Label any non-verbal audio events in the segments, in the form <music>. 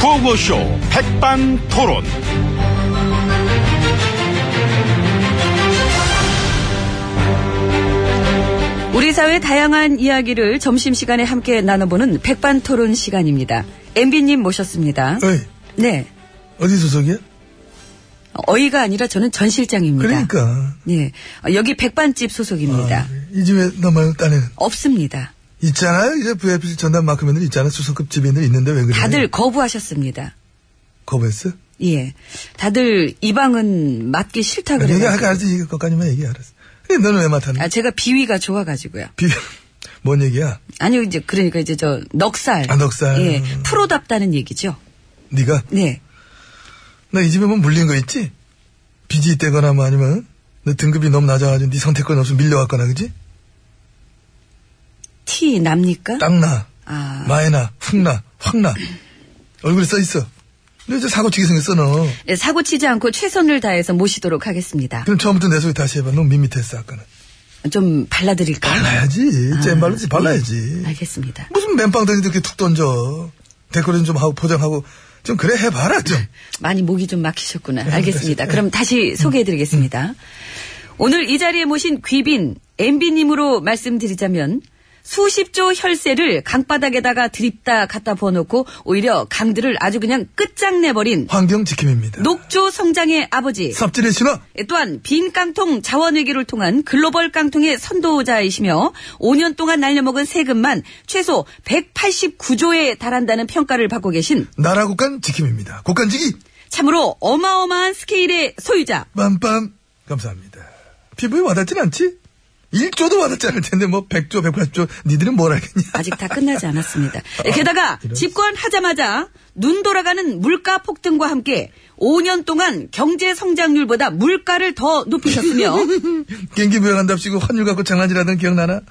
라디오쇼 백반토론. 우리 사회 다양한 이야기를 점심시간에 함께 나눠보는 백반토론 시간입니다. MB님 모셨습니다. 어이, 네. 어디 소속이야? 어이가 아니라 저는 전 실장입니다. 그러니까. 아. 예. 어, 여기 백반집 소속입니다. 이 집에 너 말고 딴에는. 없습니다. 있잖아요. 이제 VIP 전담 마크맨들 있잖아. 수석급 지배인들 있는데 왜 그래? 다들 거부하셨습니다. 거부했어? 예. 다들 이 방은 맡기 싫다 얘기 아까 그래요. 알지. 이거 것까지만 얘기 알았어. 근데 너는 왜 맡았니? 아, 제가 비위가 좋아가지고요. 비, 뭔 얘기야? 아니요, 이제, 그러니까 이제 저, 넉살. 아, 넉살. 예. 프로답다는 얘기죠. 네가 네. 너 이 집에 뭐 물린 거 있지? 빚이 있대거나 뭐 아니면 너 등급이 너무 낮아가지고 네 선택권 없으면 밀려왔거나 그지? 티 납니까? 땅나, 아. 마에나, 훅나, 확나 얼굴에 써 있어. 너 이제 사고 치게 생겼어 너. 예, 사고 치지 않고 최선을 다해서 모시도록 하겠습니다. 그럼 처음부터 내 소리 다시 해봐. 너무 밋밋했어 아까는. 좀 발라드릴까요? 발라야지. 잼 발라지 발라야지. 아, 예, 알겠습니다. 무슨 맨빵 던지도 이렇게 툭 던져. 데코레이션 좀 하고 포장하고 좀 그래 해봐라 좀. 네. 많이 목이 좀 막히셨구나. 네, 알겠습니다. 그럼 다시 소개해드리겠습니다. 오늘 이 자리에 모신 귀빈 MB님으로 말씀드리자면 수십조 혈세를 강바닥에다가 드립다 갖다 부어놓고 오히려 강들을 아주 그냥 끝장내버린 환경 지킴입니다. 녹조 성장의 아버지 삽질의 신화. 또한 빈 깡통 자원회계를 통한 글로벌 깡통의 선도자이시며 5년 동안 날려먹은 세금만 최소 189조에 달한다는 평가를 받고 계신 나라 국간 지킴입니다. 국간지기 참으로 어마어마한 스케일의 소유자 빰빰 감사합니다. 피부에 와닿진 않지? 1조도 와닿지 않을 텐데 뭐 100조 180조 니들은 뭘 알겠냐. <laughs> 아직 다 끝나지 않았습니다. 예, 게다가 집권하자마자 눈 돌아가는 물가 폭등과 함께 5년 동안 경제 성장률보다 물가를 더 높이셨으며 경기 부양한답시고 환율 갖고 장난질하던 기억나나?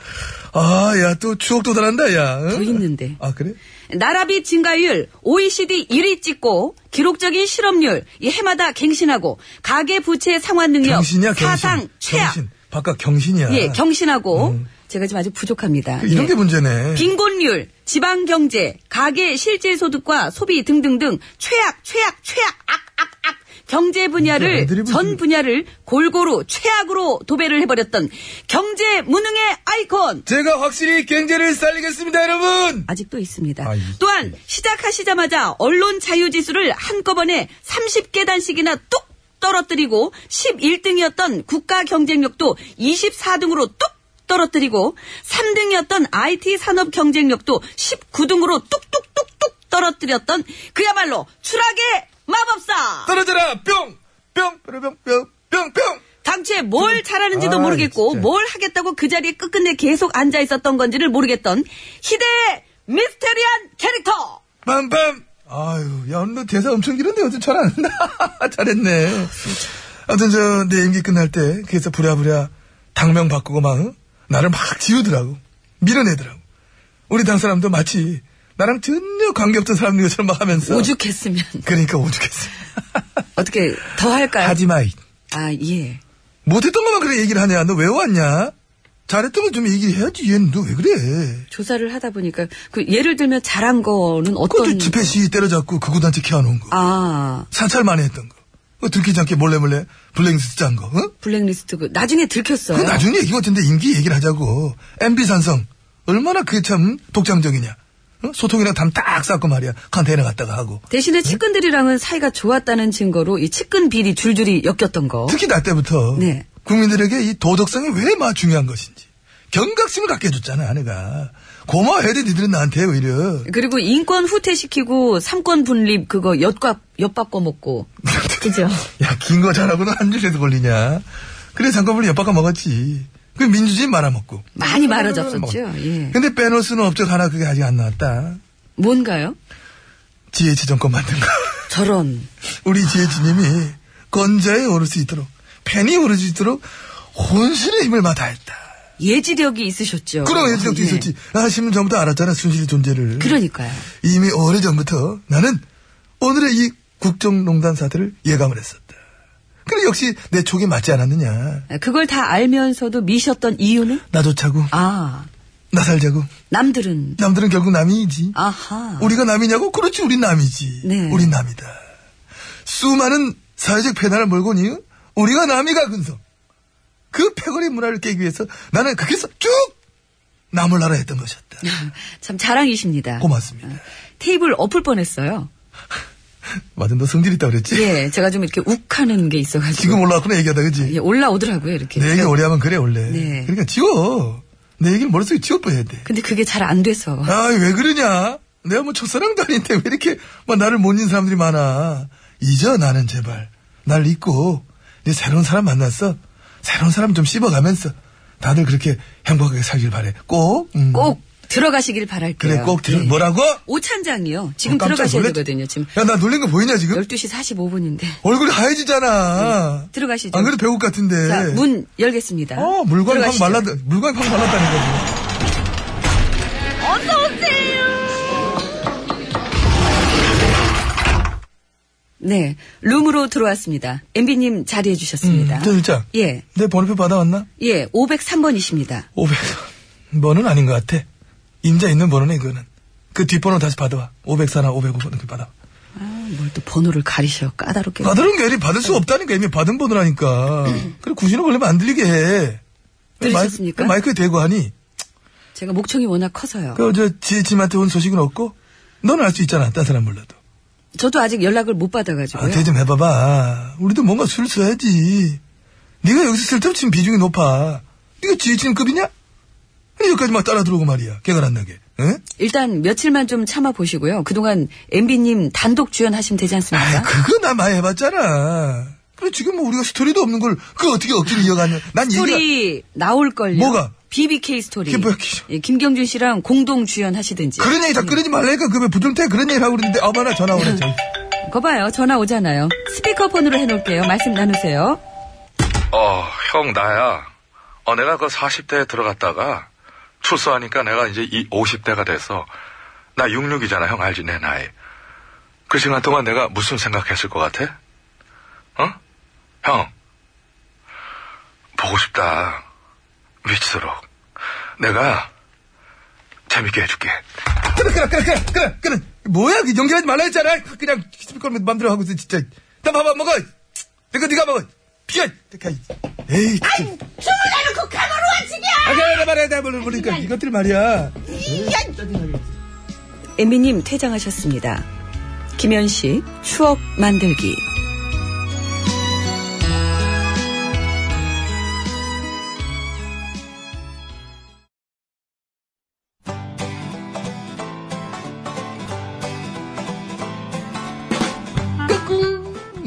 아 야 또 추억 도달한다 야. 더 있는데 아 그래? 나라비 증가율 OECD 1위 찍고 기록적인 실업률 이 해마다 갱신하고 가계 부채 상환 능력 경신이야 경신. 사상 최악 경신. 바깥 경신이야. 예 경신하고 음. 그 제가 지금 아주 부족합니다. 이런 예. 게 문제네. 빈곤율, 지방 경제, 가계 실질 소득과 소비 등등등 최악, 최악, 최악, 악, 악, 악 경제 이게 분야를 음, 애드리브지. 전 분야를 골고루 최악으로 도배를 해버렸던 경제 무능의 아이콘. 제가 확실히 경제를 살리겠습니다, 여러분! 아직도 있습니다. 아, 이- 또한 시작하시자마자 언론 자유 지수를 한꺼번에 30계단씩이나 뚝 떨어뜨리고 11등이었던 국가 경쟁력도 24등으로 뚝 떨어뜨리고 3등이었던 IT 산업 경쟁력도 19등으로 뚝뚝뚝뚝 떨어뜨렸던 그야말로 추락의 마법사. 떨어져라! 뿅! 뿅! 뾰로뿅! 뿅! 뿅! 뿅! 당최 뭘 잘하는지도 아이, 모르겠고 진짜. 뭘 하겠다고 그 자리에 끝끝내 계속 앉아 있었던 건지를 모르겠던 희대의 미스테리한 캐릭터. 빰빰! 아유, 야, 오늘 너 대사 엄청 길었네. 어쩜 잘안 <laughs> 한다. 잘했네. 아무튼 저, 내 임기 끝날 때, 그래서 부랴부랴 당명 바꾸고 막, 응? 나를 막 지우더라고. 밀어내더라고. 우리 당 사람도 마치, 나랑 전혀 관계없던 사람 요처럼 막 하면서. 오죽했으면 그러니까 오죽했어. 어떻게 더 할까요? 하지 마이. 아 예. 못했던 것만 그래 얘기를 하냐? 너 왜 왔냐? 잘했던 걸 좀 얘기해야지. 얘는 너 왜 그래? 조사를 하다 보니까 그 예를 들면 잘한 거는 그것도 어떤 집회 시위 때려잡고 극우단체 키워놓은 거. 아 사찰 많이 했던 거. 그거 들키지 않게 몰래몰래 블랙리스트 짠 거. 응? 블랙리스트 그 나중에 들켰어요. 그거 나중에 얘기 같은데 임기 얘기를 하자고. MB 산성. 얼마나 그게 참 독창적이냐. 응? 소통이랑 담 딱 쌓고 말이야. 컨테이너 갔다가 하고. 대신에 측근들이랑은 사이가 좋았다는 증거로 이 측근 비리 줄줄이 엮였던 거. 특히 나 때부터 네. 국민들에게 이 도덕성이 왜 막 중요한 것인지 경각심을 갖게 해줬잖아 아내가 고마워해야 돼 니들은 나한테 오히려 그리고 인권 후퇴시키고 삼권 분립 그거 엿과 엿바꿔 <laughs> 먹고 그죠? 야, 긴 거 잘하고는 한 줄에도 걸리냐. 그래, 잠깐만에 엿바꿔 먹었지. 그 민주주의 말아먹고. 많이 말아 잡섰죠, 예. 근데 빼놓을 수는 업적 하나 그게 아직 안 나왔다. 뭔가요? GH 정권 만든 거. <laughs> 저런 우리 GH님이 건자에 오를 수 있도록, 팬이 오를 수 있도록 혼신의 힘을 마 다했다. 예지력이 있으셨죠. 그런 예지력도 네. 있었지. 아, 10년 전부터 알았잖아, 순실의 존재를. 그러니까요. 이미 오래전부터 나는 오늘의 이 국정농단 사태를 예감을 했었다. 그래, 역시 내 촉이 맞지 않았느냐. 그걸 다 알면서도 미셨던 이유는? 나조차고 아, 나 살자고. 남들은 남들은 결국 남이지. 아하. 우리가 남이냐고? 그렇지, 우린 남이지. 네. 우린 남이다. 수많은 사회적 배난을 몰고 니 우리가 남이가 근성. 그 패거리 문화를 깨기 위해서 나는 그렇게 해서 쭉 남을 나라 했던 것이었다. 네. 참 자랑이십니다. 고맙습니다. 테이블 엎을 뻔했어요. 맞아, 너 성질 있다 그랬지? 예, 제가 좀 이렇게 욱하는 게 있어가지고 지금 올라왔구나 네, 얘기하다, 그지? 예, 올라오더라고요 이렇게. 내 얘기 오래 하면 그래, 원래. 네. 그러니까 지워. 내 얘기를 머릿속에 지워버려야 돼. 근데 그게 잘 안 돼서 아, 왜 그러냐? 내가 뭐 첫사랑도 아닌데 왜 이렇게 막 나를 못 잊는 사람들이 많아? 잊어, 나는 제발. 날 잊고, 이제 새로운 사람 만났어. 새로운 사람 좀 씹어가면서 다들 그렇게 행복하게 살길 바래. 꼭, 음. 꼭 들어가시길 바랄게요. 그래, 꼭 들어. 예. 뭐라고? 오찬장이요. 지금 어, 깜짝 들어가셔야 놀랐- 되거든요. 지금 야, 나 놀린 거 보이냐, 지금? 12시 45분인데. 얼굴이 하얘지잖아. 들어가시죠. 안 그래도 배고프 같은데. 예. 자, 문 열겠습니다. 어, 물건이 확 들어가시죠. 말랐, 물건이 확 말랐다는 거지. 네. 룸으로 들어왔습니다. MB님 자리해 주셨습니다. 음, 저 진짜. 예. 내 번호표 받아왔나? 예. 503번이십니다. 500. 번호는 아닌 것 같아. 임자 있는 번호네, 이거는. 그 뒷번호 다시 받아와. 504나 505번 이렇게 받아와. 아, 뭘 또 번호를 가리셔. 까다롭게. 받으는 게 아니라 받을 수 없다니까. 이미 <clears throat> 받은 번호라니까. 그래, 구신호 걸리면 안 들리게 해. 들으셨습니까? 마이, 마이크에 대고 하니. 제가 목청이 워낙 커서요. 그, 저, 지혜팀한테 온 소식은 없고, 너는 알 수 있잖아. 딴 사람 몰라도. 저도 아직 연락을 못 아, 받아가지고요. 대좀 해봐봐. 우리도 뭔가 수를 써야지. 네가 여기서 쓸데없이 지금 비중이 높아. 네가 지혜팀급이냐? 아니, 여기까지 막 따라 들어오고 말이야. 개가 안 나게. 응? 일단 며칠만 좀 참아 보시고요. 그동안 MB님 단독 주연하시면 되지 않습니까? 아, 그거 나 많이 해봤잖아. 그래, 지금 뭐 우리가 스토리도 없는 걸, 그 어떻게 억지로 이어가냐. 난 얘기가. 스토리 나올걸요. 뭐가? BBK 스토리. 그게 뭐야, 그게. 예, 김경준 씨랑 공동 주연하시든지. 그런 얘기 다 끊지 말라니까. 그왜 부정태 그런 얘기를 하고 그러는데, 어머나 전화 오네, 참. 거 봐요. 전화 오잖아요. 스피커폰으로 해놓을게요. 말씀 나누세요. 어, 형, 나야. 어, 내가 그 40대에 들어갔다가 출소하니까 내가 이제 이 50대가 돼서 나 66이잖아, 형 알지, 내 나이. 그 시간 동안 내가 무슨 생각했을 것 같아? 어? 형. 보고 싶다. 미치도록. 내가 재밌게 해줄게. 끊어, 끊어, 끊어, 끊어, 끊어, 끊어. 뭐야, 그 연결하지 말라 했잖아. 그냥 스피커로 맘대로 하고 있어, 진짜. 나 밥안 먹어. 내거 네가 먹어. 피어. 에이, 진짜. 춤을 내놓고 가만히 와 지냐 아, 그래, 말해, 나 모르, 모르니까. 이것들 말이야. 엠비님 퇴장하셨습니다. 김현 씨, 추억 만들기.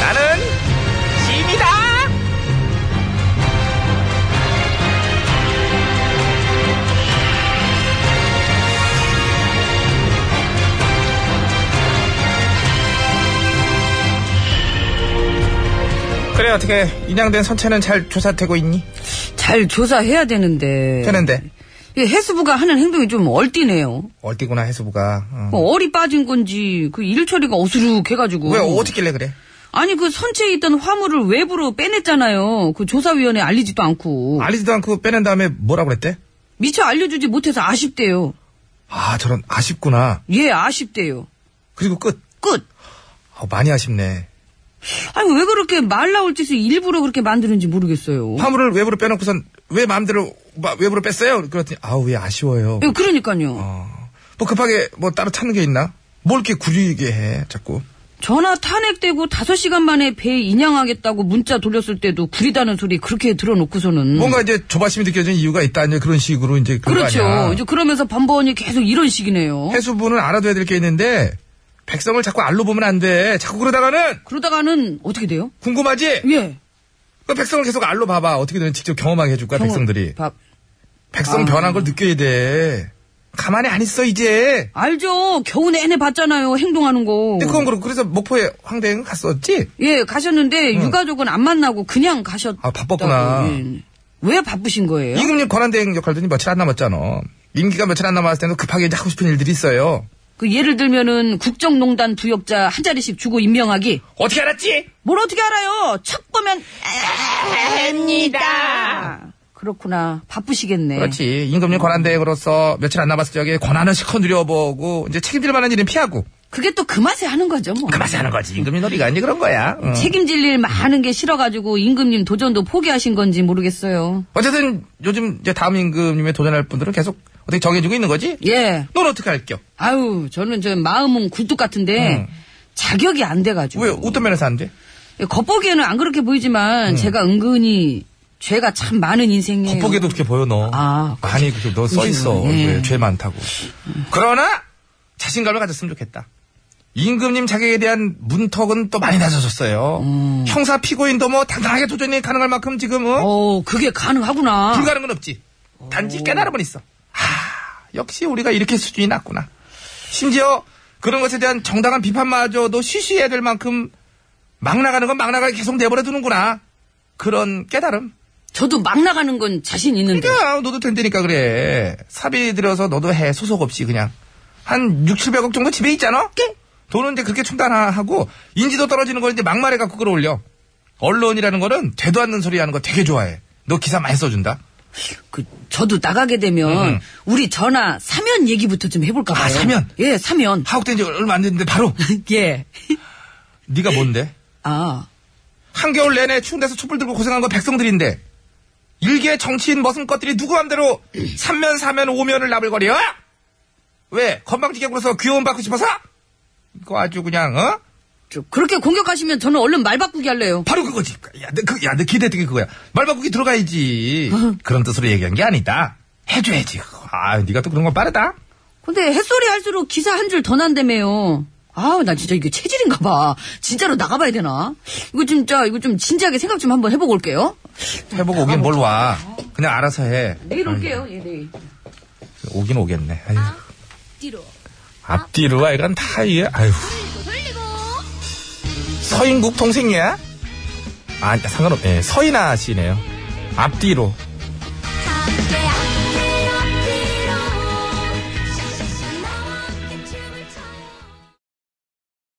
나는 짐이다. 그래 어떻게 인양된 선체는 잘 조사되고 있니? 잘 조사해야 되는데. 예, 되는데 해수부가 하는 행동이 좀 얼띠네요. 뭐 어디구나 해수부가 어. 얼이 빠진 건지 그 일 처리가 어수룩해가지고. 왜 어떻길래 그래? 아니 그 선체에 있던 화물을 외부로 빼냈잖아요. 그 조사위원회 알리지도 않고 알리지도 않고 빼낸 다음에 뭐라 그랬대? 미처 알려주지 못해서 아쉽대요. 아 저런 아쉽구나 예 아쉽대요. 그리고 끝 끝. 어, 많이 아쉽네 아니, 왜 그렇게 말 나올 짓을 일부러 그렇게 만드는지 모르겠어요. 화물을 외부로 빼놓고선 왜 마음대로 마- 외부로 뺐어요? 그랬더니 아우 왜 아쉬워요. 예, 그러니까요. 어. 뭐 급하게 뭐 따로 찾는 게 있나? 뭘 이렇게 구리게 해 자꾸. 전화 탄핵되고 5시간 만에 배 인양하겠다고 문자 돌렸을 때도 구리다는 소리 그렇게 들어놓고서는. 뭔가 이제 조바심이 느껴지는 이유가 있다 아니 그런 식으로 이제 그런 거 그렇죠. 아니야. 이제 뭐? 그러면서 번번이 계속 이런 식이네요. 해수부는 알아둬야 될 게 있는데 백성을 자꾸 알로 보면 안 돼. 자꾸 그러다가는 그러다가는 어떻게 돼요? 궁금하지? 예. 그 백성을 계속 알로 봐봐. 어떻게 되는 직접 경험하게 해줄 거야 경호, 백성들이. 밥. 백성 아. 변한 걸 느껴야 돼. 가만히 안 있어 이제. 알죠. 겨우 내내 봤잖아요. 행동하는 거. 근데 그건 그렇고 그래서 목포에 황대행 갔었지? 예, 가셨는데 유가족은 안 만나고 그냥 가셨. 아, 바빴구나. 왜 바쁘신 거예요? 이금님 권한대행 역할도 며칠 안 남았잖아. 임기가 며칠 안 남았을 때는 급하게 이제 하고 싶은 일들이 있어요. 그 예를 들면은 국정농단 부역자 한 자리씩 주고 임명하기. 어떻게 알았지? 뭘 어떻게 알아요? 척 보면 압니다. 그렇구나. 바쁘시겠네. 그렇지. 임금님 권한대행으로서 며칠 안 남았을 적에 권한을 시커 누려보고 이제 책임질 만한 일은 피하고 그게 또 그 맛에 하는 거죠, 뭐. 그 맛에 하는 거지. 임금님 놀이가 이제 그런 거야. 응. 책임질 일 많은 게 싫어가지고 임금님 도전도 포기하신 건지 모르겠어요. 어쨌든 요즘 이제 다음 임금님에 도전할 분들은 계속 어떻게 정해주고 있는 거지? 예. 넌 어떻게 할겨? 아유, 저는 저 마음은 굴뚝 같은데 자격이 안 돼가지고. 왜 어떤 면에서 안 돼? 예, 겉보기에는 안 그렇게 보이지만 제가 은근히 죄가 참 많은 인생이에요. 음. 겉보기에도 그렇게 보여 너. 아, 많이 네. 그렇게 너 써 있어. 그래요? 예. 얼굴에 죄 많다고. 그러나 자신감을 가졌으면 좋겠다. 임금님 자격에 대한 문턱은 또 많이 낮아졌어요. 형사 피고인도 뭐 당당하게 도전이 가능할 만큼 지금 음. 어? 어, 그게 가능하구나. 불가능은 없지. 단지 깨달음은 있어. 하, 역시 우리가 이렇게 수준이 낮구나. 심지어 그런 것에 대한 정당한 비판마저도 쉬쉬해야 될 만큼 막 나가는 건 막 나가게 계속 내버려 두는구나. 그런 깨달음. 저도 막 나가는 건 자신 있는데. 야, 너도 된다니까 그래. 사비 들여서 너도 해. 소속 없이 그냥. 한 6, 700억 정도 집에 있잖아? 돈은 이제 그렇게 충당하고 인지도 떨어지는 걸 이제 막말해 갖고 끌어올려. 언론이라는 거는 되도 않는 소리 하는 거 되게 좋아해. 너 기사 많이 써준다. 그, 저도 나가게 되면 우리 전화 사면 얘기부터 좀 해볼까 봐요. 음. 아, 사면? 예, 사면. <laughs> 하옥된 지 얼마 안 됐는데 바로 예. 네가 뭔데? 아, 한겨울 내내 추운 데서 촛불 들고 고생한 건 백성들인데 일개 정치인 머슴 것들이 누구 맘대로 삼면사면오면을 나불거려? 왜? 건방지게 굴어서 귀여움 받고 싶어서? 이거 아주 그냥 어? 저, 그렇게 공격하시면 저는 얼른 말 바꾸기 할래요. 바로 그거지. 야, 너, 그, 야, 너 기대했던 게 그거야. 말 바꾸기 들어가야지. 그런 뜻으로 얘기한 게 아니다. 해줘야지. 그거. 아, 네가 또 그런 건 빠르다. 근데 햇소리 할수록 기사 한 줄 더 난다며요. 아우, 나 진짜 이게 체질인가 봐. 진짜로 나가봐야 되나? 이거 진짜, 이거 좀 진지하게 생각 좀 한번 해보고 올게요. 해보고 오긴 뭘 와. 그냥 알아서 해. 내일 올게요, 예, 내일. 오긴 오겠네. 아유. 앞뒤로 아이간 다 이게 아유. 서인국 동생이야? 아 상관없. 예, 서인아 씨네요. 앞뒤로.